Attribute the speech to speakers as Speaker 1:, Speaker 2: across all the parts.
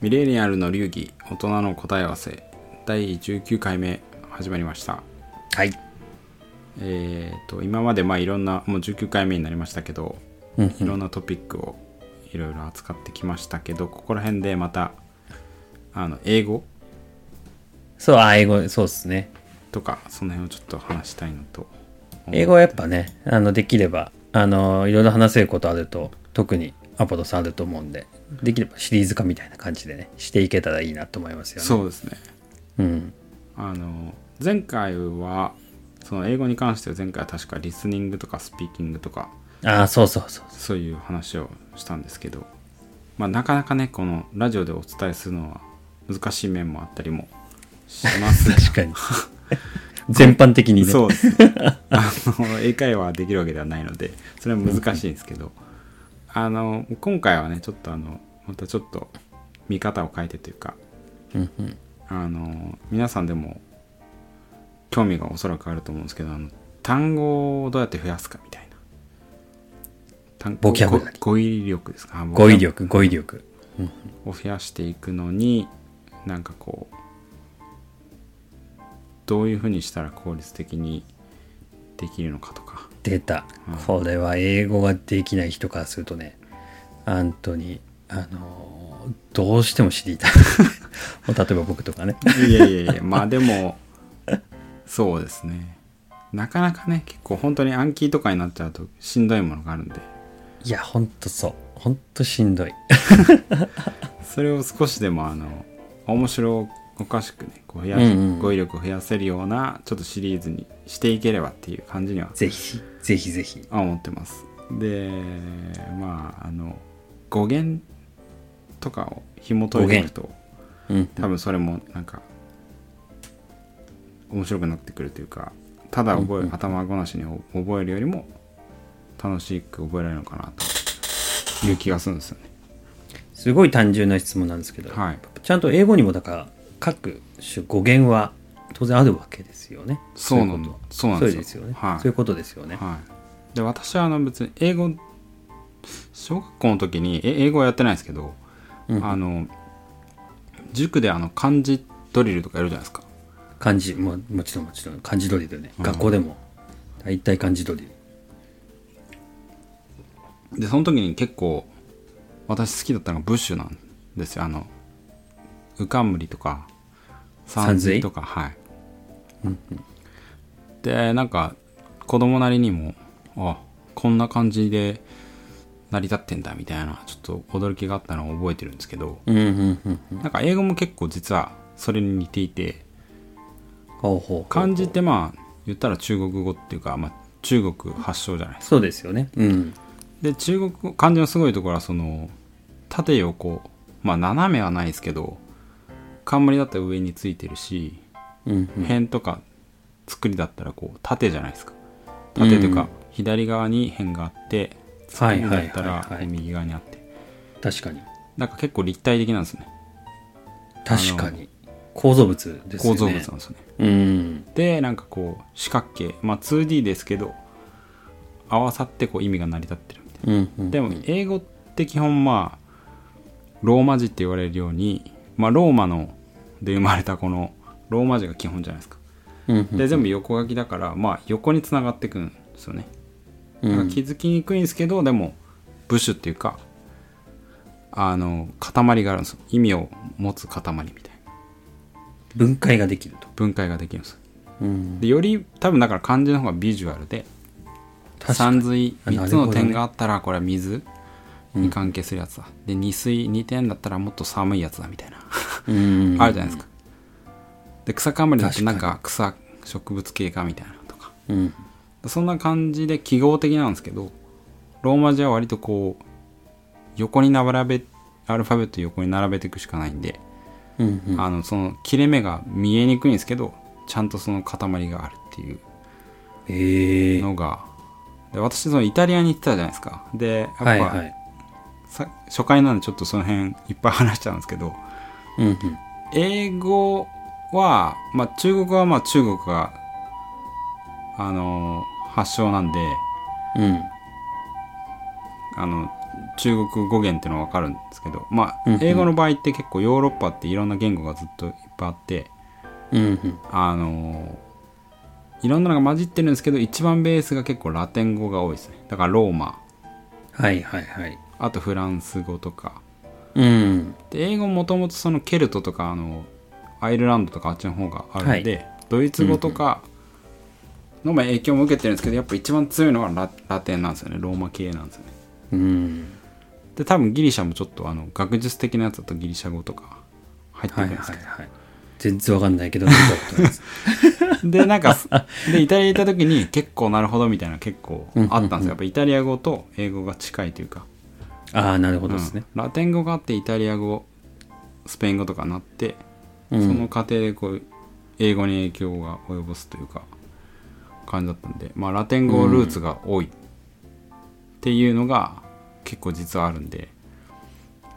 Speaker 1: ミレニアルの流儀大人の答え合わせ第19回目始まりました
Speaker 2: はい。
Speaker 1: えっ、と今までまあいろんなもう19回目になりましたけどいろんなトピックをいろいろ扱ってきましたけどここら辺でまたあの英語
Speaker 2: そう、あ、英語、そうですね。
Speaker 1: とかその辺をちょっと話したいのと
Speaker 2: 英語はやっぱね、あの、できれば、あの、いろいろ話せることあると、特にアポロさんあると思うんで、できればシリーズ化みたいな感じでね、していけたらいいなと思いますよね。
Speaker 1: そうですね
Speaker 2: う。うん。
Speaker 1: あの前回はその英語に関しては前回は確かリスニングとかスピーキングとか
Speaker 2: あ、そうそうそう。
Speaker 1: そういう話をしたんですけど、まあ、なかなかねこのラジオでお伝えするのは難しい面もあったりもしますが
Speaker 2: 確かに。 全般的にね。
Speaker 1: そうですねあの英会話できるわけではないのでそれは難しいんですけどあの今回はねちょっとあのまたちょっと見方を変えてというか
Speaker 2: うんうん。
Speaker 1: あの皆さんでも興味がおそらくあると思うんですけどあの単語をどうやって増やすかみたいな単
Speaker 2: ボキャブラリー
Speaker 1: 語語彙力ですかあ
Speaker 2: 語彙力、語彙力。
Speaker 1: を増やしていくのになんかこうどういうふうにしたら効率的にできるのかとか
Speaker 2: 出た。これは英語ができない人からするとね、アントに、あのー、どうしても知りたい。もう例えば僕とかね。
Speaker 1: いやいやいや まあでもそうですねなかなかね結構本当に暗記とかになっちゃうとしんどいものがあるんで
Speaker 2: いや、ほんとそう。ほんとしんどい。
Speaker 1: それを少しでもあの面白おかしくねこう増や
Speaker 2: うんうん
Speaker 1: 語彙力を増やせるようなちょっとシリーズにしていければっていう感じには
Speaker 2: ぜひ、ぜひぜひ。
Speaker 1: 思ってますでまああの語源とかを紐解いていくと
Speaker 2: うん。
Speaker 1: 多分それもなんか面白くなってくるというかただ覚え、頭ごなしに覚えるよりも楽しく覚えられるのかなという気がするんですよね
Speaker 2: すごい単純な質問なんですけど、
Speaker 1: はい
Speaker 2: ちゃんと英語にもだから、各種語源は当然あるわけですよね。
Speaker 1: そうな
Speaker 2: いう
Speaker 1: の
Speaker 2: こと
Speaker 1: そうなん
Speaker 2: そ
Speaker 1: で
Speaker 2: う
Speaker 1: すよ
Speaker 2: ですよね。
Speaker 1: はい
Speaker 2: そういうことですよね。
Speaker 1: はい、で私はあの別に英語小学校の時にえ英語はやってないですけど、
Speaker 2: うん
Speaker 1: あの塾であの漢字ドリルとかやるじゃないですか
Speaker 2: 漢字も、もちろんもちろん、漢字ドリルね。学校でも、大体漢字ドリル。
Speaker 1: でその時に結構私好きだったのがブッシュなんですよあのウカムリとか
Speaker 2: さ
Speaker 1: サ
Speaker 2: ん
Speaker 1: ン
Speaker 2: ず
Speaker 1: ズ
Speaker 2: い
Speaker 1: イとかはい、でなんか子供なりにもあこんな感じで成り立ってんだみたいなちょっと驚きがあったのを覚えてるんですけど、
Speaker 2: うんうんうんうん。
Speaker 1: なんか英語も結構実はそれに似ていて
Speaker 2: ほうほうほう
Speaker 1: 漢字ってまあ言ったら中国語っていうか、まあ、中国発祥じゃないですか
Speaker 2: そうですよね。うん。
Speaker 1: で中国語漢字のすごいところはその縦横まあ斜めはないですけど冠だったら上についてるし
Speaker 2: うんうん。
Speaker 1: 辺とか作りだったらこう縦じゃないですか縦という
Speaker 2: うん
Speaker 1: か左側に辺があって
Speaker 2: は
Speaker 1: 作
Speaker 2: い
Speaker 1: り
Speaker 2: はいはい
Speaker 1: だ
Speaker 2: はい
Speaker 1: ったらこう右側にあって
Speaker 2: 確かに。
Speaker 1: なんか結構立体的なんですね
Speaker 2: 確かに。構造物ですよ
Speaker 1: 構造
Speaker 2: ね。
Speaker 1: 物なんですよね
Speaker 2: うん。
Speaker 1: でなんかこう四角形まあ 2D ですけど合わさってこう意味が成り立ってるみたい
Speaker 2: うんうん。
Speaker 1: なでも英語って基本まあローマ字って言われるようにまあローマので生まれたこのローマ字が基本じゃないですか
Speaker 2: うんうん、
Speaker 1: で全部横書きだからまあ横につながってくんですよねだから気づきにくいんですけどでも部首っていうかあの塊があるんですよ意味を持つ塊みたいな
Speaker 2: 分解ができると。
Speaker 1: 分解ができるんですよ
Speaker 2: うん、
Speaker 1: でより多分だから漢字の方がビジュアルで
Speaker 2: 確かに
Speaker 1: 三水
Speaker 2: あな
Speaker 1: 3
Speaker 2: る
Speaker 1: つ
Speaker 2: ほどね
Speaker 1: の点があったらこれは水に関係するやつだ、で二水2点だったらもっと寒いやつだみたいな
Speaker 2: うん、
Speaker 1: あるじゃないですかで草冠だと
Speaker 2: 確
Speaker 1: な
Speaker 2: かに
Speaker 1: んか草植物系かみたいなとか
Speaker 2: うん、
Speaker 1: そんな感じで記号的なんですけどローマ字は割とこう横に並べアルファベット横に並べていくしかないんで、
Speaker 2: うんうん、
Speaker 1: あのその切れ目が見えにくいんですけどちゃんとその塊があるっていう
Speaker 2: ええ
Speaker 1: のがで私そのイタリアに行ってたじゃないですかでやっぱ、
Speaker 2: はいはい、
Speaker 1: さ初回なんでちょっとその辺いっぱい話しちゃうんですけど
Speaker 2: うんうん、
Speaker 1: 英語は、まあ、中国語はまあ中国があの発祥なんで
Speaker 2: うん、
Speaker 1: あの中国語源っていうのは分かるんですけどまあ
Speaker 2: うんうん
Speaker 1: 英語の場合って結構ヨーロッパっていろんな言語がずっといっぱいあって
Speaker 2: うんうん
Speaker 1: あのーいろんなのが混じってるんですけど一番ベースが結構ラテン語が多いですねだからローマ
Speaker 2: はいはいはい
Speaker 1: あとフランス語とか
Speaker 2: うん
Speaker 1: で英語もともとそのケルトとかあのアイルランドとかあっちの方があるんで、ドイツ語とかのまあ影響も受けてるんですけどやっぱ一番強いのはララテンなんですよねローマ系なんですよね
Speaker 2: うん
Speaker 1: で多分ギリシャもちょっとあの学術的なやつだとギリシャ語とか入ってく
Speaker 2: は
Speaker 1: る
Speaker 2: い
Speaker 1: ん
Speaker 2: はい
Speaker 1: ですけど、
Speaker 2: はい全然わかんないけど見たこと ないで す
Speaker 1: でなんかでイタリア行った時に結構なるほどみたいな結構あったんですよやっぱイタリア語と英語が近いというか、
Speaker 2: ああなるほどですね、
Speaker 1: ラテン語があってイタリア語スペイン語とかなって
Speaker 2: う
Speaker 1: そ
Speaker 2: ん
Speaker 1: の過程でこう英語に影響が及ぼすというか感じだったんで、まあ、ラテン語ルーツが多いっていうのが結構実はあるんで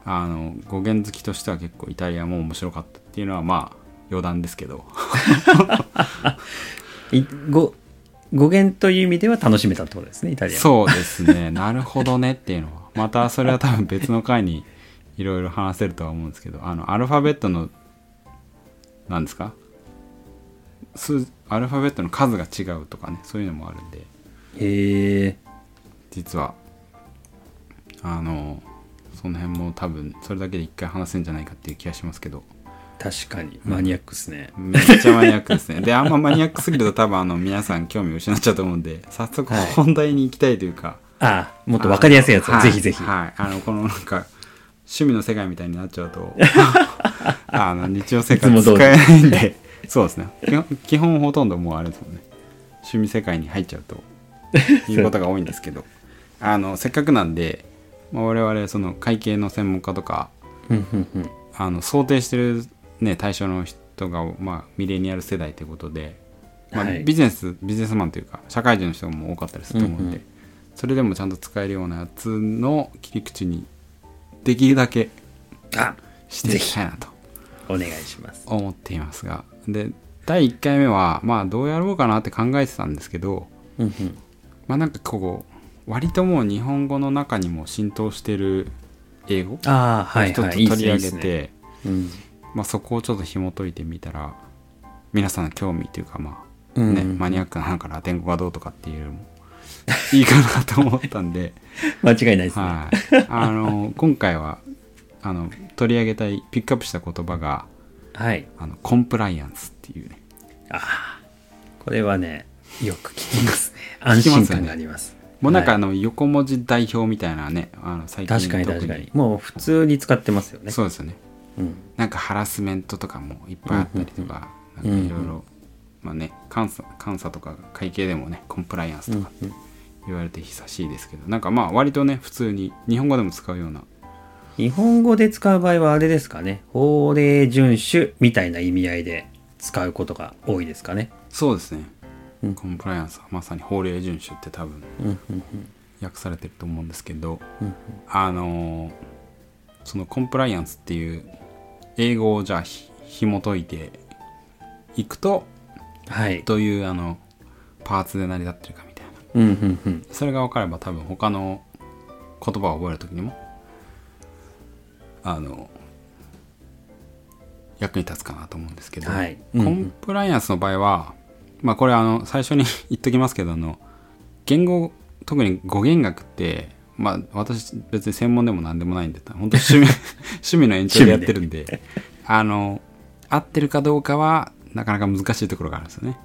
Speaker 1: あの語源好きとしては結構イタリアも面白かったっていうのはまあ余談ですけど
Speaker 2: い語語源という意味では楽しめたってことですねイタリアう
Speaker 1: そうですねなるほどねっていうのは またそれは多分別の回にいろいろ話せるとは思うんですけどあのアルファベットのなんですか数アルファベットの数が違うとかねそういうのもあるんで。
Speaker 2: へえ
Speaker 1: 実はあのその辺も多分それだけで一回話せんじゃないかっていう気がしますけど
Speaker 2: 確かにマニアックっすね、
Speaker 1: めっちゃマニアックですねであんまマニアックすぎると多分あの皆さん興味失っちゃうと思うんで早速
Speaker 2: はい
Speaker 1: 本題に行きたいというか、
Speaker 2: ああもっとわかりやすいやつを、
Speaker 1: はい
Speaker 2: ぜひぜひ、
Speaker 1: はいあのこのなんか趣味の世界みたいになっちゃう とあの日常生
Speaker 2: いつ
Speaker 1: 活
Speaker 2: も
Speaker 1: 使
Speaker 2: 通り
Speaker 1: えないんでそうですね基本基本ほとんどもうあれですもんね趣味世界に入っちゃうということが多いんです けどあのせっかくなんで、まあ、我々その会計の専門家とか
Speaker 2: うんうんうん
Speaker 1: あの想定してる、ね、対象の人が、まあ、ミレニアル世代ということで、まあ
Speaker 2: はい
Speaker 1: ビジネスビジネスマンというか社会人の人も多かったりすると思うんで、
Speaker 2: うんうん
Speaker 1: それでもちゃんと使えるようなやつの切り口にできるだけ
Speaker 2: あ
Speaker 1: していきたいなと
Speaker 2: お願いします
Speaker 1: 思っていますがで第1回目は、まあ、どうやろうかなって考えてたんですけど、
Speaker 2: うんうん
Speaker 1: まあ、なんかこう割ともう日本語の中にも浸透してる英語を一
Speaker 2: ああはい
Speaker 1: つ
Speaker 2: はい
Speaker 1: 取
Speaker 2: い
Speaker 1: り
Speaker 2: いっ
Speaker 1: 上
Speaker 2: す
Speaker 1: げ
Speaker 2: ね
Speaker 1: て。
Speaker 2: いいっすねうん
Speaker 1: まあ、そこをちょっと紐解いてみたら皆さんの興味というかまあ
Speaker 2: うん
Speaker 1: ね、マニアックななんかラテン語がどうとかっていうよりも いいかなと思ったん で、
Speaker 2: 間違いないですね、
Speaker 1: はい、あの今回はあの取り上げたいピックアップした言葉が
Speaker 2: はい。
Speaker 1: あのコンプライアンスっていうね
Speaker 2: ああ、これはね、よく聞きますね。 安心感があります。
Speaker 1: もうなんか
Speaker 2: は
Speaker 1: あの横文字代表みたいなねあの最
Speaker 2: い
Speaker 1: 近
Speaker 2: 確かに
Speaker 1: 特
Speaker 2: 確かに。もう普通に使ってますよね。
Speaker 1: そうですよね
Speaker 2: うん。
Speaker 1: なんかハラスメントとかもいっぱいあったりとか、
Speaker 2: うんうんうん
Speaker 1: なんかいろいろ、まあね、監査監査とか会計でもね、コンプライアンスとかって言われて久しいですけど、なんかまあ割とね、普通に日本語でも使うような、
Speaker 2: 日本語で使う場合はあれですかね。法令遵守みたいな意味合いで使うことが多いですかね。
Speaker 1: そうですね、
Speaker 2: うん
Speaker 1: コンプライアンスはまさに法令遵守って多分
Speaker 2: うんうん
Speaker 1: 訳されてると思うんですけど、
Speaker 2: うんうん
Speaker 1: あのーそのコンプライアンスっていう英語をじゃあひ紐解いていくと、
Speaker 2: はい。
Speaker 1: どういうあのパーツで成り立ってるかみたいな。
Speaker 2: うんうんうん。
Speaker 1: それが分かれば多分他の言葉を覚える時にもあの役に立つかなと思うんですけど、
Speaker 2: はいうんうん
Speaker 1: コンプライアンスの場合はまあこれあの最初に 言っときますけどあの言語特に語源学ってまあ私別に専門でも何でもないんで本当 趣味趣味の延長でやってるんであの合ってるかどうかはなかなか難しいところがあるんですよね。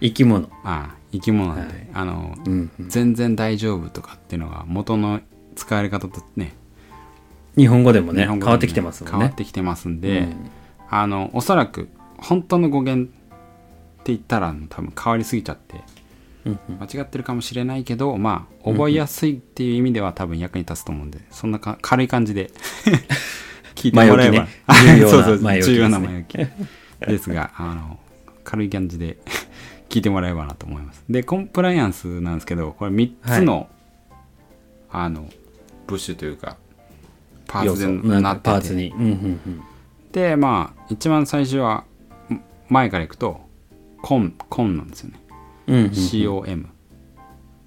Speaker 2: 生き物。
Speaker 1: ああ生き物なんで、あの
Speaker 2: うん。
Speaker 1: 全然大丈夫とかっていうのが元の使われ方とね
Speaker 2: 日本語でもね、
Speaker 1: 日本
Speaker 2: 変
Speaker 1: 語で
Speaker 2: わってきてますもん
Speaker 1: 変わっ
Speaker 2: ね。
Speaker 1: てきてますんで、あのおそらく本当の語源って言ったら多分変わりすぎちゃって
Speaker 2: うん
Speaker 1: 間違ってるかもしれないけどまあ覚えやすいっていう意味では多分役に立つと思うんでそんなか軽い感じで 聞いてもらえば、
Speaker 2: 前置き ね
Speaker 1: そうそう
Speaker 2: 重要な前置きですね
Speaker 1: 重要な前置きですがあの軽い感じで聞いてもらえばなと思いますでコンプライアンスなんですけどこれ3つの、あのブッシュというかパー
Speaker 2: 要
Speaker 1: ツ
Speaker 2: 素
Speaker 1: で
Speaker 2: なん
Speaker 1: な
Speaker 2: か
Speaker 1: ってて
Speaker 2: パーツに。うんうんうん。
Speaker 1: でまあ一番最初はん前からいくとコンコンなんですよね
Speaker 2: うんうん
Speaker 1: COM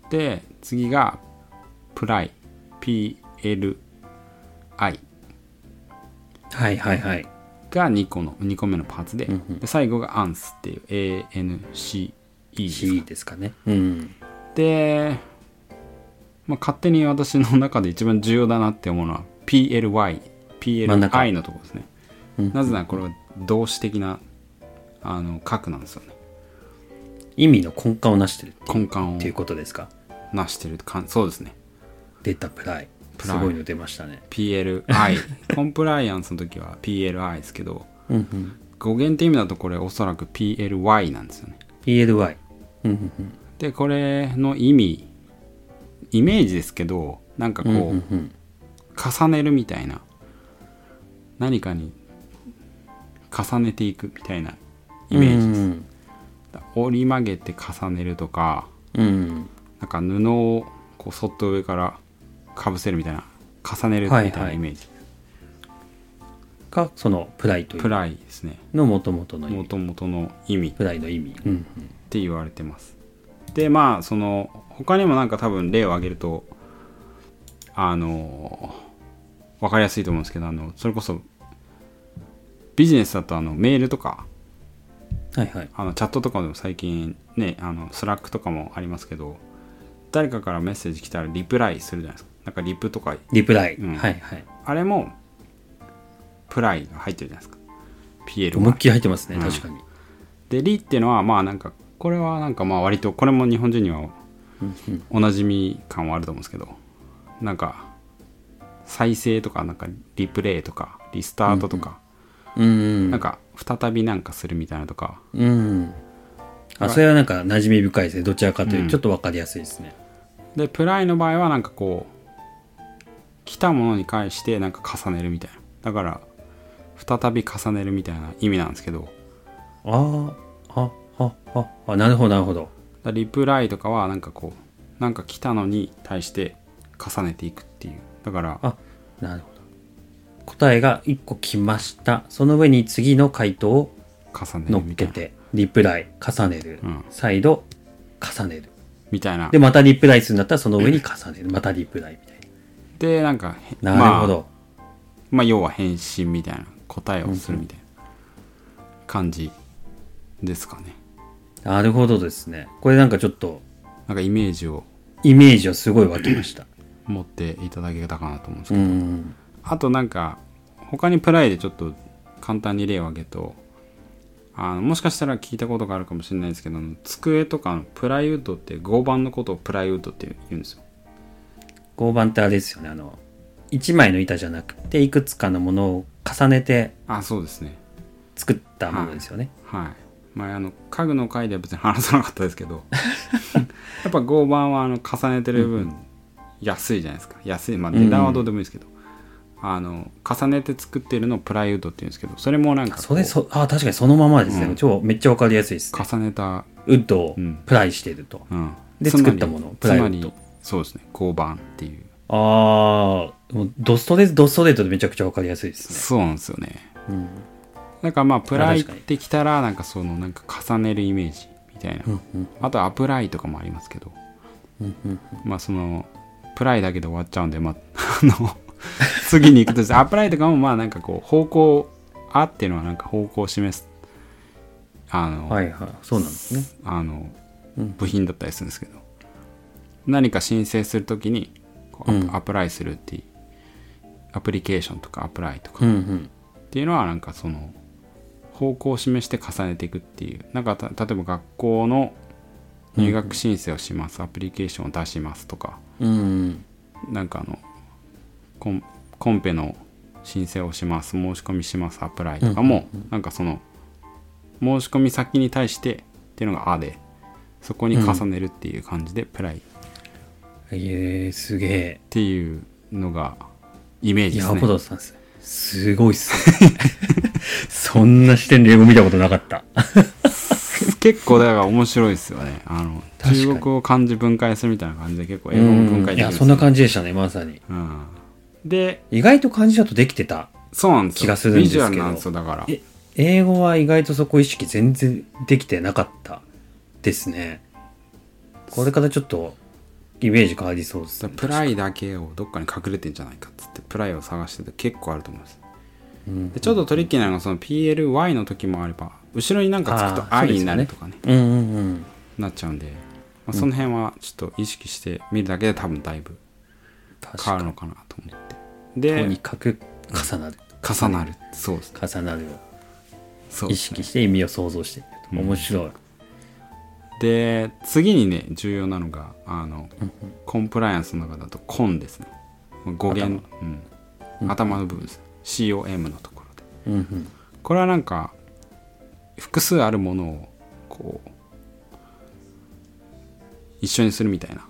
Speaker 1: で次がプライ PLY LI
Speaker 2: はいはいはい。
Speaker 1: が2個の2個目のパーツで,、
Speaker 2: うんうん
Speaker 1: で最後が ANCE っていう ANCE ですか
Speaker 2: C ですかね。うん。
Speaker 1: で、まあ、勝手に私の中で一番重要だなって思うのは PLY、
Speaker 2: 真ん中
Speaker 1: PLI のところですね。
Speaker 2: うん
Speaker 1: なぜならこれは動詞的なあの核なんですよね。
Speaker 2: 意味の根幹をなしてるっていう
Speaker 1: 根幹を
Speaker 2: っていうことですか。
Speaker 1: なしてる感そうですね。
Speaker 2: 出たプライ。
Speaker 1: プ
Speaker 2: す
Speaker 1: ライ
Speaker 2: ごいの出ましたね。
Speaker 1: PLI。コ ンプライアンスの時は PLI ですけど、
Speaker 2: うんうん。
Speaker 1: 語源って意味だとこれおそらく PLY なんですよね。
Speaker 2: PLY。うんうんうん。
Speaker 1: で、これの意味、イメージですけど、なんかこう、
Speaker 2: うんうん
Speaker 1: 重ねるみたいな何かに重ねていくみたいなイメージ、
Speaker 2: ジ
Speaker 1: 折り曲げて重ねるとか
Speaker 2: うん。
Speaker 1: なんか布をこうそっと上からかぶせるみたいな重ねるみたい
Speaker 2: はい
Speaker 1: な
Speaker 2: はい
Speaker 1: イメージ、
Speaker 2: か、そのプライとい
Speaker 1: プ
Speaker 2: う
Speaker 1: ライですね
Speaker 2: の元々の意
Speaker 1: も
Speaker 2: 味。
Speaker 1: ともとの意味っ
Speaker 2: プライの意味。うんうん。
Speaker 1: て言われてますでまあその他にもなんか多分例を挙げるとあの分かりやすいと思うんですけどあのそれこそビジネスだとあのメールとか
Speaker 2: はいはい。
Speaker 1: あのチャットとかでも最近ねあのスラックとかもありますけど誰かからメッセージ来たらリプライするじゃないですかなんかリプとか
Speaker 2: リプライ。
Speaker 1: うん
Speaker 2: はいはい。
Speaker 1: あれもプライが入ってるじゃないですか PL
Speaker 2: 思いっ
Speaker 1: が
Speaker 2: きり入ってますね。
Speaker 1: うん
Speaker 2: 確かに。
Speaker 1: でリっていうのはまあなんかこれはなんかまあ割とこれも日本人には
Speaker 2: うんうん
Speaker 1: おなじみ感はあると思うんですけどなんか再生とかなんかリプレイとかリスタートとか、
Speaker 2: うん
Speaker 1: なんか再びなんかするみたいなとか
Speaker 2: うん。あ、それはなんか馴染み深いですね。どちらかという
Speaker 1: うん
Speaker 2: と、ちょっとわかりやすいですね。
Speaker 1: でプライの場合はなんかこう来たものに対してなんか重ねるみたいなだから再び重ねるみたいな意味なんですけどだか
Speaker 2: ああ、あ、あ、あ、あ、なるほど、なるほど。
Speaker 1: らリプライとかはなんかこうなんか来たのに対して重ねていくっていうだから
Speaker 2: あ、なるほど。答えが1個来ました。その上に次の回答を
Speaker 1: 重ね
Speaker 2: 乗
Speaker 1: る
Speaker 2: っ
Speaker 1: みた
Speaker 2: け
Speaker 1: いな
Speaker 2: て、リプライ、重ねる
Speaker 1: うん。
Speaker 2: 再度、重ねる。
Speaker 1: みたいな
Speaker 2: で、またリプライするんだったら、その上に重ねる。またリプライみたい
Speaker 1: でなんかへ
Speaker 2: な。なるほど。
Speaker 1: まあ、まあ要は返信みたいな答えをするみたいな感じですかね
Speaker 2: なるほどですね。これなんかちょっと、
Speaker 1: なんかイメージを
Speaker 2: イメージはすごい湧きました。
Speaker 1: 持っていただけたかなと思うんですけど
Speaker 2: うん。
Speaker 1: あとなんか他にプライでちょっと簡単に例を挙げるとあのもしかしたら聞いたことがあるかもしれないですけどあの机とかのプライウッドって合板のことをプライウッドって言うんですよ
Speaker 2: 合板ってあれですよね。あの、1枚の板じゃなくて、いくつかのものを重ねて
Speaker 1: あそうですね
Speaker 2: 作ったものですよね。
Speaker 1: はい前あの家具の回では別に話さなかったですけど やっぱ合板はあの重ねてる分安いじゃないですか安いまあ値段はどうでもいいですけど、あの重ねて作ってるのをプライウッドって言うんですけどそれもなんかこう
Speaker 2: それそあ確かにそのままですね、
Speaker 1: うん
Speaker 2: 超めっちゃわかりやすいですね
Speaker 1: 重ねた
Speaker 2: ウッドを
Speaker 1: うん
Speaker 2: プライしてると、
Speaker 1: うん
Speaker 2: で
Speaker 1: つまり
Speaker 2: 作ったものプライウッド
Speaker 1: つまりそうですね交番っていう
Speaker 2: ああもうドストレートドストレートでめちゃくちゃわかりやすいです
Speaker 1: そうなんですよね
Speaker 2: ね、うん
Speaker 1: なんかまあプライっ
Speaker 2: 確かに
Speaker 1: てきたらなんかそのなんか重ねるイメージみたいな、
Speaker 2: うんうん
Speaker 1: あとアプライとかもありますけど
Speaker 2: うんうん
Speaker 1: まあそのプライだけで終わっちゃうんでまあ あの次に行く としてアプライとかもまあなんかこう方向あっていうのはなんか方向を示すあの、
Speaker 2: はいはいそうなんですね
Speaker 1: あの
Speaker 2: うん
Speaker 1: 部品だったりするんですけど、何か申請するときにこうアプ
Speaker 2: うん
Speaker 1: アプライするっていうアプリケーションとかアプライとか
Speaker 2: うんうん
Speaker 1: っていうのはなんかその方向を示して重ねていくっていうなんかた例えば学校の入学申請をします、アプリケーションを出しますとか
Speaker 2: うん
Speaker 1: なんかあのコンコンペの申請をします申し込みしますアプライとかも、なんかその申し込み先に対してっていうのが「あ」でそこに重ねるっていう感じで「プライ」っ
Speaker 2: えー、すげえ
Speaker 1: ていうのがイメージです
Speaker 2: ヤ
Speaker 1: ね
Speaker 2: ボ。ドさんですすごいっす ねそんな視点で英語見たことなかった
Speaker 1: 結構だから面白いですよねあの
Speaker 2: 確かに
Speaker 1: 中国を漢字分解するみたいな感じで結構英語も分解
Speaker 2: い
Speaker 1: できる
Speaker 2: や
Speaker 1: です
Speaker 2: そんな感じでしたねまさに
Speaker 1: うんで
Speaker 2: 意外と漢字だとできてた
Speaker 1: そうなんですよ
Speaker 2: 気がするんですけど
Speaker 1: ビジュアルなんですよだから
Speaker 2: え英語は意外とそこ意識全然できてなかったですねこれからちょっとイメージ変わりそうですね、
Speaker 1: プライだけをどっかに隠れてんじゃないかっつってプライを探してて結構あると思います
Speaker 2: うん
Speaker 1: でちょっとトリッキーなのがその PLY の時もあれば後ろになんかつくと
Speaker 2: あー
Speaker 1: I
Speaker 2: そうですよね
Speaker 1: になるとかね
Speaker 2: うんうんうん
Speaker 1: なっちゃうんで、まあ、その辺はちょっと意識して見るだけで多分だいぶ
Speaker 2: 確
Speaker 1: 変わ
Speaker 2: か
Speaker 1: るのかなと思って
Speaker 2: にとに
Speaker 1: で
Speaker 2: かく重なる
Speaker 1: 重なるそうです
Speaker 2: 重なる
Speaker 1: そう
Speaker 2: を意
Speaker 1: です
Speaker 2: 識して意味を想像して面白い、
Speaker 1: で次にね重要なのがあの、コンプライアンスの中だとコンですね語源頭,、うん、頭の部分です、COM のところで
Speaker 2: うんうん、
Speaker 1: これはなんか複数あるものをこう一緒にするみたいな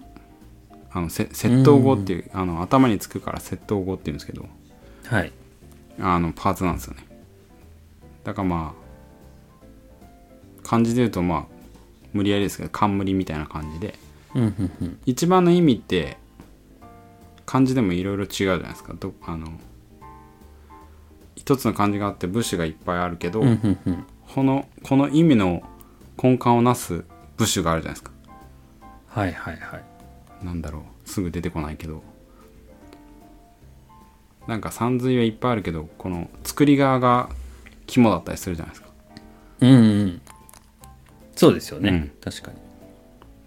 Speaker 1: あのせ窃盗語っていうあの頭につくから窃盗語っていうんですけど
Speaker 2: はい
Speaker 1: あのパーツなんですよねだからまあ漢字で言うとまあ無理やりですけど冠みたいな感じで
Speaker 2: うんうんうん
Speaker 1: 一番の意味って漢字でもいろいろ違うじゃないですかどあの一つの漢字があって部首がいっぱいあるけど、
Speaker 2: うんうんうん
Speaker 1: このこの意味の根幹をなす部首があるじゃないですか
Speaker 2: はいはいはい
Speaker 1: なんだろうすぐ出てこないけどなんか三髄はいっぱいあるけどこの作り側が肝だったりするじゃないですか
Speaker 2: うんうんそうですよね、
Speaker 1: うん
Speaker 2: 確かに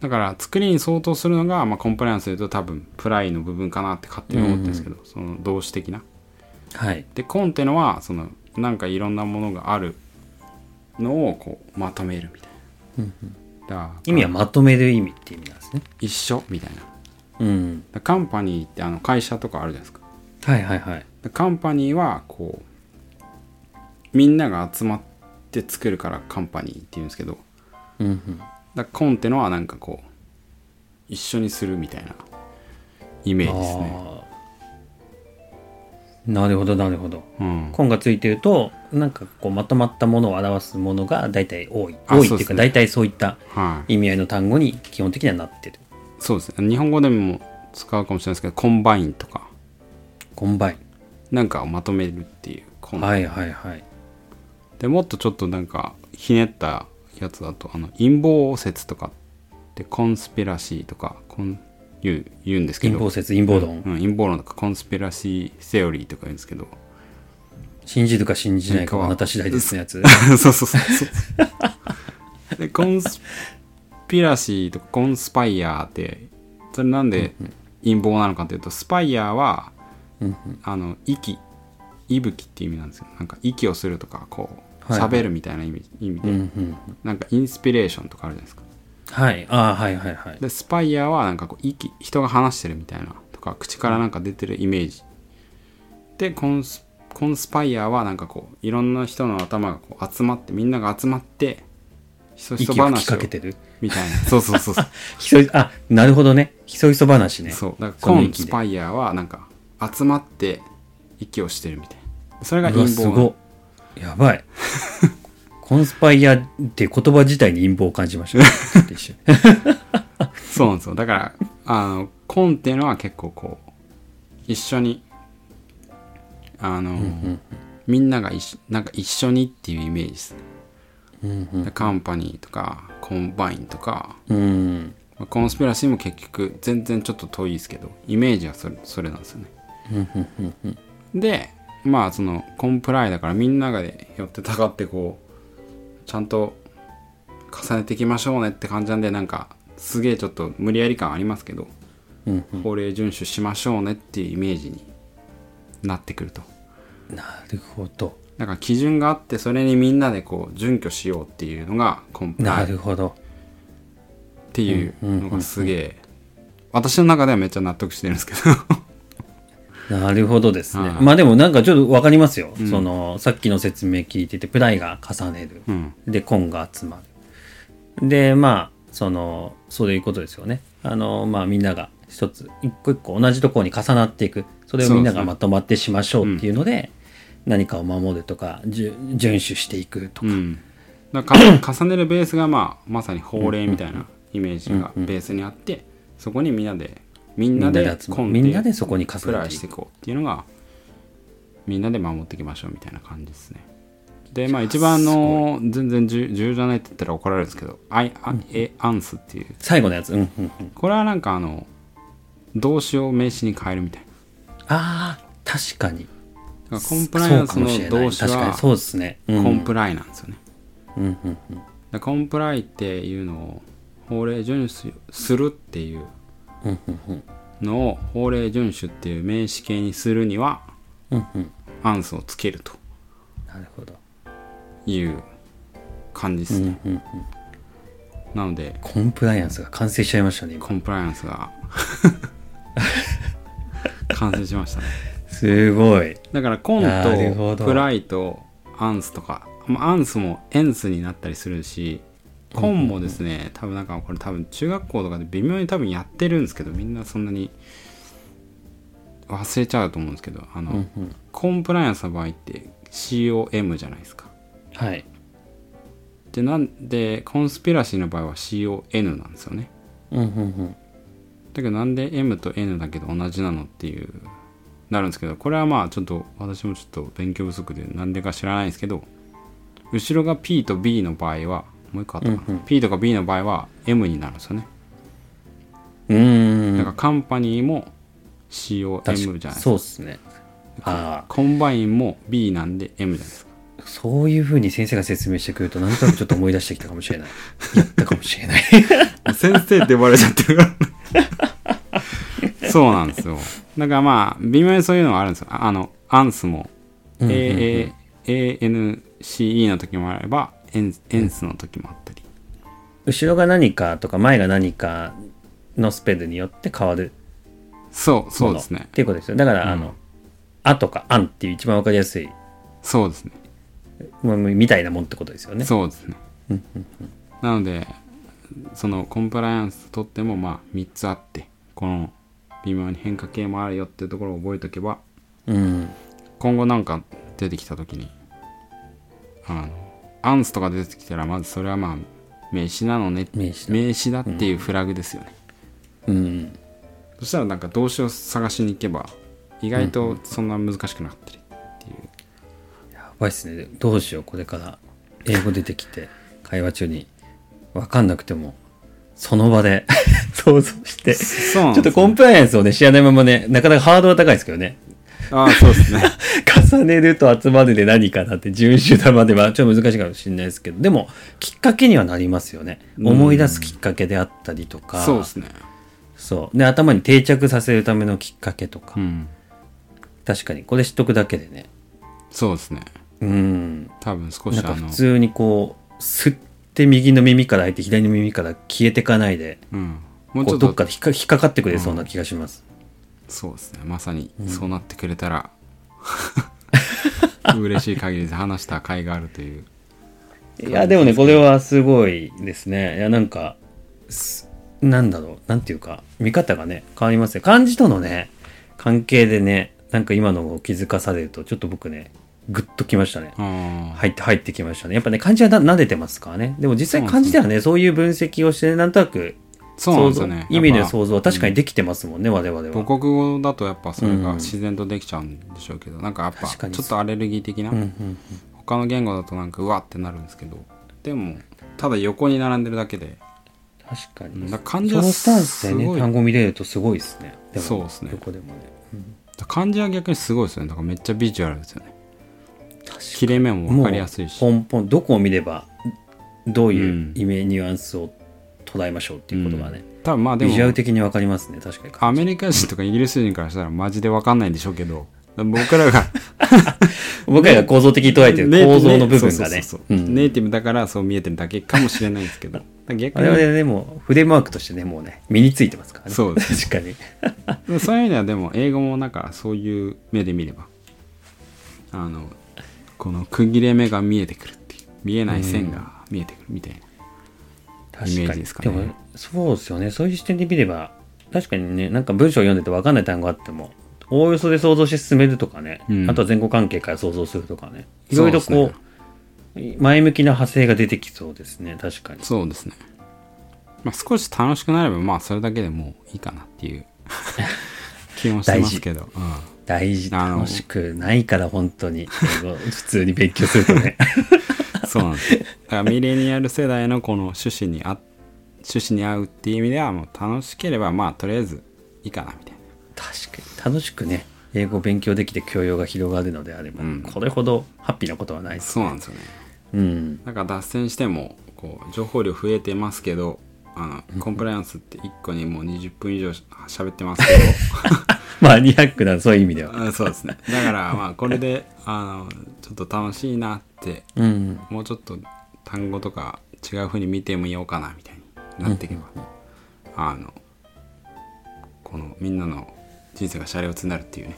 Speaker 1: だから作りに相当するのが、まあ、コンプライアンスで言うと多分プライの部分かなって勝手に思ってるんですけど、その動詞的な
Speaker 2: はい
Speaker 1: でコンってのはそのなんかいろんなものがあるのをこうまとめるみたいな、だから
Speaker 2: 意味はまとめる意味って意味なんですね
Speaker 1: 一緒みたいなだか
Speaker 2: うん
Speaker 1: らカンパニーってあの会社とかあるじゃないですか
Speaker 2: はいはいはい
Speaker 1: でカンパニーはこうみんなが集まって作るからカンパニーっていうんですけど
Speaker 2: うんうん
Speaker 1: だコンってのはなんかこう一緒にするみたいなイメージですね
Speaker 2: あーなるほどなるほど
Speaker 1: うん
Speaker 2: コンがついてるとなんかこうまとまったものを表すものが大体多い
Speaker 1: あ
Speaker 2: 多いって
Speaker 1: そう
Speaker 2: い
Speaker 1: で
Speaker 2: う
Speaker 1: す
Speaker 2: か
Speaker 1: ね
Speaker 2: 大体そういった
Speaker 1: はい
Speaker 2: 意味合いの単語に基本的にはなってる
Speaker 1: そうですね日本語でも使うかもしれないですけどコンバインとか
Speaker 2: コンバイ
Speaker 1: なんかをまとめるっていうコ
Speaker 2: ン
Speaker 1: ン、
Speaker 2: はいはいはい
Speaker 1: でもっとちょっとなんかひねったやつだとあの陰謀説とかってコンスピラシーとかコン言う言うんですけ
Speaker 2: 陰
Speaker 1: ど
Speaker 2: 謀説陰謀論、
Speaker 1: うん、陰謀論とかコンスピラシーセオリーとか言うんですけど
Speaker 2: 信じるか信じないかはあなた次第ですの やつ
Speaker 1: そうそうそうそうでコンスピラシーとかコンスパイアーってそれなんで陰謀なのかというとスパイアーは
Speaker 2: うん
Speaker 1: あの息息吹っていう意味なんですよなんか息をするとかこう
Speaker 2: はいはい
Speaker 1: 喋るみたいな意味,、意味
Speaker 2: うんう
Speaker 1: で、
Speaker 2: んうん
Speaker 1: なんかインスピレーションとかあるじゃないですか
Speaker 2: はいああはいはいはい
Speaker 1: でスパイアーはなんかこう息人が話してるみたいなとか口からなんか出てるイメージでコンスコンスパイアーはなんかこういろんな人の頭がこう集まってみんなが集まってひそひそ
Speaker 2: 息を吹
Speaker 1: 話
Speaker 2: き
Speaker 1: を
Speaker 2: かけてる
Speaker 1: みたいな そうそうそうそう
Speaker 2: ひそいあなるほどねひそひそ話ね
Speaker 1: そうだから
Speaker 2: そ
Speaker 1: コ
Speaker 2: の
Speaker 1: ン
Speaker 2: 息
Speaker 1: ス
Speaker 2: で
Speaker 1: パイアーはなんか集まって息をしてるみたいなそれが
Speaker 2: うわ
Speaker 1: 陰
Speaker 2: す
Speaker 1: 謀
Speaker 2: ごっや ばいコンスパイアって言葉自体に陰謀を感じ ましたちょっと一瞬
Speaker 1: そうなんですよだからあのコンっていうのは結構こう一緒にあの、みんなが一緒なんか一緒にっていうイメージですね
Speaker 2: うんうん
Speaker 1: カンパニーとかコンバインとか
Speaker 2: うん
Speaker 1: まあコンスピラシーも結局全然ちょっと遠いですけどイメージはそれそれなんですよねでまあそのコンプライだからみんながで寄ってたかってこうちゃんと重ねていきましょうねって感じなんでなんかすげえちょっと無理やり感ありますけど
Speaker 2: うん
Speaker 1: 法令遵守しましょうねっていうイメージになってくると
Speaker 2: なるほど
Speaker 1: だから基準があってそれにみんなでこう準拠しようっていうのがコンプライ
Speaker 2: なるほど
Speaker 1: っていうのがすげえ私の中ではめっちゃ納得してるんですけど
Speaker 2: なるほどですね。
Speaker 1: はい
Speaker 2: まあでもなんかちょっとわかりますよ。その、さっきの説明聞いてて、プライが重ねる。
Speaker 1: うん
Speaker 2: で、コンが集まる。で、まあ、その、そういうことですよね。あの、まあみんなが一つ、一個一個同じところに重なっていく。それをみんながまとまってしましょうっていうので、何かを守るとか、じゅ遵守していくと
Speaker 1: う
Speaker 2: か。
Speaker 1: んだからか重ねるベースが、まあ、まさに法令みたいなイメージがベースにあってそこにみんなでみん
Speaker 2: み
Speaker 1: なん
Speaker 2: な
Speaker 1: で
Speaker 2: で集ま
Speaker 1: コ
Speaker 2: る。
Speaker 1: ン
Speaker 2: みんなで
Speaker 1: で
Speaker 2: そこに重
Speaker 1: プ
Speaker 2: ね
Speaker 1: ラ
Speaker 2: て
Speaker 1: イ
Speaker 2: い
Speaker 1: して
Speaker 2: く。
Speaker 1: いこうっていうのがみんなで守っていきましょうみたいな感じですねでまあ一番の全然重重要じゃないって言ったら怒られるんですけど「アイ・アンエ・アンス」っていう
Speaker 2: 最後のやつ。うんうんうん。
Speaker 1: これはなんかあの動詞を名詞に変えるみたいな
Speaker 2: ああ、確かに。
Speaker 1: だからコンプライアンスの
Speaker 2: そうかも
Speaker 1: 動
Speaker 2: し
Speaker 1: 詞
Speaker 2: れない確か
Speaker 1: は
Speaker 2: にそうですね。
Speaker 1: コ
Speaker 2: うん
Speaker 1: ンプライなんですよね、
Speaker 2: うんうんうん
Speaker 1: だからコンプライっていうのを法令遵守するっていう
Speaker 2: うんうんうん
Speaker 1: のを法令遵守っていう名詞形にするには
Speaker 2: うんうん
Speaker 1: アンスをつけると
Speaker 2: なるほど。
Speaker 1: いう感じで
Speaker 2: う
Speaker 1: す
Speaker 2: んう
Speaker 1: ね、
Speaker 2: んうん
Speaker 1: なので
Speaker 2: コンプライアンスが完成しちゃいましたね、今。
Speaker 1: コンプライアンス が 完成しましたね
Speaker 2: すごい。
Speaker 1: だからコン
Speaker 2: なる
Speaker 1: と
Speaker 2: ほど
Speaker 1: プライとアンスとか、まあ、アンスもエンスになったりするしコンもですね、多分なんかこれ多分中学校とかで微妙に多分やってるんですけどみんなそんなに忘れちゃうと思うんですけどあの、
Speaker 2: うんうん
Speaker 1: コンプライアンスの場合って COM じゃないですか
Speaker 2: はい。
Speaker 1: でなんでコンスピラシーの場合は CON なんですよね
Speaker 2: うんうんうん
Speaker 1: だけどなんで M と N だけど同じなのっていうなるんですけどこれはまあちょっと私もちょっと勉強不足でなんでか知らないんですけど後ろが P と B の場合はもう一個あったかな、
Speaker 2: うんうん
Speaker 1: P とか B の場合は M になるんですよね、
Speaker 2: うーん。
Speaker 1: だからカンパニーも
Speaker 2: 確
Speaker 1: COM じゃないですか
Speaker 2: そうですね。あ
Speaker 1: コンバインも B なんで M じゃないですか
Speaker 2: あ、そういうふうに先生が説明してくると、なんとなくちょっと思い出してきたかも しれない。やったかもしれない。
Speaker 1: 先生って呼ばれちゃってるから そうなんですよだからまあ微妙にそういうのがあるんですよああのアンスも
Speaker 2: うんうんうん
Speaker 1: A- A- ANCE の時もあればエンエンスの時もあったり
Speaker 2: 後ろが何かとか、前が何かのスペルによって変わる
Speaker 1: そうそうです
Speaker 2: もの
Speaker 1: ね
Speaker 2: っていうことですよ。だから、あ
Speaker 1: うん
Speaker 2: の、あとかあんっていう一番わかりやすい、
Speaker 1: そうですね
Speaker 2: もうみたいなもんってことですよね。
Speaker 1: そうですね
Speaker 2: うんうん
Speaker 1: なのでそのコンプライアンスとってもまあ3つあってこの微妙に変化系もあるよっていうところを覚えとけば
Speaker 2: うん。
Speaker 1: 今後なんか出てきた時にあのアンスとか出てきたらまずそれはまあ名詞なのね
Speaker 2: 名詞だ
Speaker 1: 名詞だっていうフラグですよね、
Speaker 2: うん。
Speaker 1: そしたらなんか動詞を探しに行けば意外とそんな難しくなか ったりっていう、
Speaker 2: やばいっすね。どうしよう、これから。英語出てきて、会話中に、わかんなくても、その場で 想像して、ち
Speaker 1: そうなん
Speaker 2: ょっ
Speaker 1: です、
Speaker 2: と
Speaker 1: ね、
Speaker 2: コンプライアンスをね、知らないままね、なかなかハードルは高いですけどね。
Speaker 1: ああそうですね
Speaker 2: 重ねると集まるで何かなって、順集団まではちょっと難しいかもしれないですけど、でも、きっかけにはなりますよね。思い出すきっかけであったりとか、
Speaker 1: そうですね
Speaker 2: そう。で、頭に定着させるためのきっかけとか、
Speaker 1: うん
Speaker 2: 確かに、これ知っとくだけでね、
Speaker 1: そうですね
Speaker 2: うん、
Speaker 1: 多分少し
Speaker 2: なん
Speaker 1: あ
Speaker 2: か
Speaker 1: の
Speaker 2: 普通にこう、吸って右の耳から開いて左の耳から消えてかないで、
Speaker 1: うんもうち
Speaker 2: こ
Speaker 1: ょ
Speaker 2: う
Speaker 1: っ
Speaker 2: どっ
Speaker 1: と
Speaker 2: かで引っか引っかかってくれそうな気がします。
Speaker 1: そうですねまさにそうなってくれたら、 嬉しい限りで話した甲斐があるという
Speaker 2: いや、でもね、これはすごいですね。いや、なんか、すなんだろう、なんていうか、見方がね、変わりますね。漢字とのね、関係でね、なんか今のを気づかされると、ちょっと僕ね、グッときましたね。
Speaker 1: ああ
Speaker 2: 入って、入ってきましたね。やっぱね、漢字はな撫でてますからね。でも実際漢字ではね、そういう分析をして、なんとなく、
Speaker 1: そうなんですよ
Speaker 2: 想
Speaker 1: ね
Speaker 2: 像意味
Speaker 1: や
Speaker 2: の
Speaker 1: っぱ
Speaker 2: 想像は確かにできてますもんね、我々は。
Speaker 1: 母国語だとやっぱそれが自然とできちゃうんでしょうけど、なんかやっぱ
Speaker 2: 確かに
Speaker 1: ちょっとアレルギー的な、
Speaker 2: うんうん
Speaker 1: 他の言語だとなんかうわってなるんですけどでもただ横に並んでるだけで
Speaker 2: 確か
Speaker 1: うん
Speaker 2: に。
Speaker 1: だから漢字は
Speaker 2: そのスタンスです
Speaker 1: ご
Speaker 2: ね、
Speaker 1: い
Speaker 2: 単語見れるとすごいですね。でも
Speaker 1: そうですね
Speaker 2: どこでもね。うん
Speaker 1: 漢字は逆にすごいですよねだからめっちゃビジュアルですよね
Speaker 2: 確か
Speaker 1: 切れ目も分かりやすいし
Speaker 2: もう根本、どこを見れば、どうい
Speaker 1: ん
Speaker 2: う意味、ニュアンスを捉えましょうっていうことがね、
Speaker 1: 多分まあで
Speaker 2: ビジュアル
Speaker 1: も
Speaker 2: 的にわかりますね、確かに。
Speaker 1: アメリカ人とかイギリス人からしたらマジで分かんないんでしょうけど僕らが
Speaker 2: 僕らが構造的に捉え て
Speaker 1: ネ
Speaker 2: る
Speaker 1: イ
Speaker 2: 構造の部分が
Speaker 1: そう
Speaker 2: ね
Speaker 1: そうそう。そううんネイティブだからそう見えてるだけかもしれないんですけ どだから逆
Speaker 2: 我々
Speaker 1: に
Speaker 2: でもフレームワークとしてねもうね身についてますからね
Speaker 1: そうで
Speaker 2: 確かに
Speaker 1: そういう意味ではでも英語もなんかそういう目で見ればあのこの区切れ目が見えてくるっていう見えない線が見えてくるみたいな、イメージですかね
Speaker 2: 確にでもそうですよねそういう視点で見れば確かにねなんか文章を読んでて分かんない単語あってもおおよそで想像して進めるとかね、
Speaker 1: うん
Speaker 2: あとは前後関係から想像するとかねい
Speaker 1: そ
Speaker 2: ろ
Speaker 1: う
Speaker 2: い
Speaker 1: で
Speaker 2: ろ
Speaker 1: すね
Speaker 2: こう前向きな派生が出てきそうですね確かに
Speaker 1: そうですね。まあ、少し楽しくなれば、まあ、それだけでもういいかなっていう 気もしてますけど。う
Speaker 2: 大事
Speaker 1: あの
Speaker 2: 楽しくないから本当に英語 普通に勉強すると ね
Speaker 1: ん、そうなんですよ。だから、ミレニアル世代のこの趣旨にあ趣旨に合うっていう意味では、もう楽しければ、まあ、とりあえずいいかなみたいな
Speaker 2: 確かに楽しくね英語を勉強できて教養が広がるのであれば、
Speaker 1: うん
Speaker 2: これほどハッピーなことはないです
Speaker 1: そうなんですよね
Speaker 2: うん
Speaker 1: なんか脱線してもこう情報量増えてますけどあのコンプライアンスって1個にもう20分以上し喋ってますけ
Speaker 2: マニアックなそういう意味では
Speaker 1: どうん そうですねだからまあこれであのちょっと楽しいなって
Speaker 2: うん
Speaker 1: もうちょっと単語とか違う風に見てみようかなみたいになっていけば、あのこのみんなの人生がシャレオツになるっていうね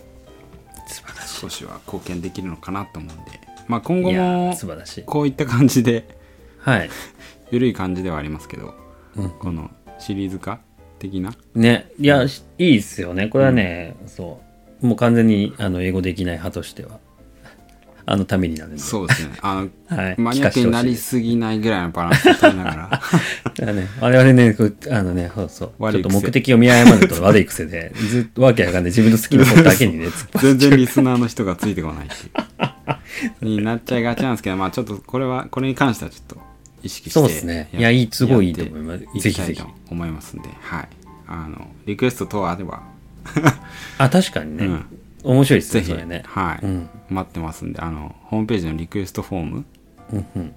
Speaker 2: 素晴らしい
Speaker 1: 少しは貢献できるのかなと思うんで、まあ、今後
Speaker 2: いやー
Speaker 1: も
Speaker 2: 素晴らしい
Speaker 1: こういった感じで
Speaker 2: はい
Speaker 1: 緩い感じではありますけど、
Speaker 2: うん
Speaker 1: このシリーズ化的な
Speaker 2: ねいや、しいいっすよねこれはね、そうもう完全にあの英語できない派としてはあのためになるんで
Speaker 1: そうですね あの、
Speaker 2: はい
Speaker 1: マニアックになりすぎないぐらいのバランスを取りなが ら
Speaker 2: だからね、我々ね、こうあのね、そうそう。ちょ
Speaker 1: 悪
Speaker 2: っ
Speaker 1: い癖
Speaker 2: と目的を見誤ると悪い癖で、ずっとわけわかんない自分の好きなことだけにね、突っ
Speaker 1: 全然リスナーの人がついてこないっていうになっちゃいがちなんですけどまあちょっとこれはこれに関してはちょっと意識して
Speaker 2: そうですね
Speaker 1: や
Speaker 2: いやいいすごいいいと思います
Speaker 1: やって
Speaker 2: ぜひぜひ
Speaker 1: いきたいと思いますんではいあのリクエスト等あれば
Speaker 2: あ、確かにね。
Speaker 1: うん
Speaker 2: 面白いです
Speaker 1: ぜ
Speaker 2: ね、
Speaker 1: ひ、
Speaker 2: それね。
Speaker 1: はい、
Speaker 2: うん
Speaker 1: 待ってますんであのホームページのリクエストフォーム
Speaker 2: うん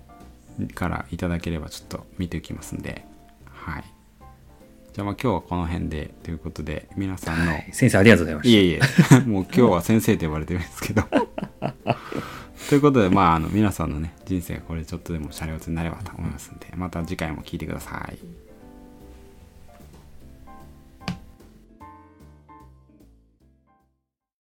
Speaker 2: うん。
Speaker 1: からいただければちょっと見ておきますんではいじゃあまあ今日はこの辺でということで皆さんの、
Speaker 2: はい先生、ありがとうございま
Speaker 1: い
Speaker 2: し
Speaker 1: え いえもう今日は先生と呼ばれてるんですけど ということでまああの皆さんのね人生がこれちょっとでもシャレオツになればと思いますんでまた次回も聞いてください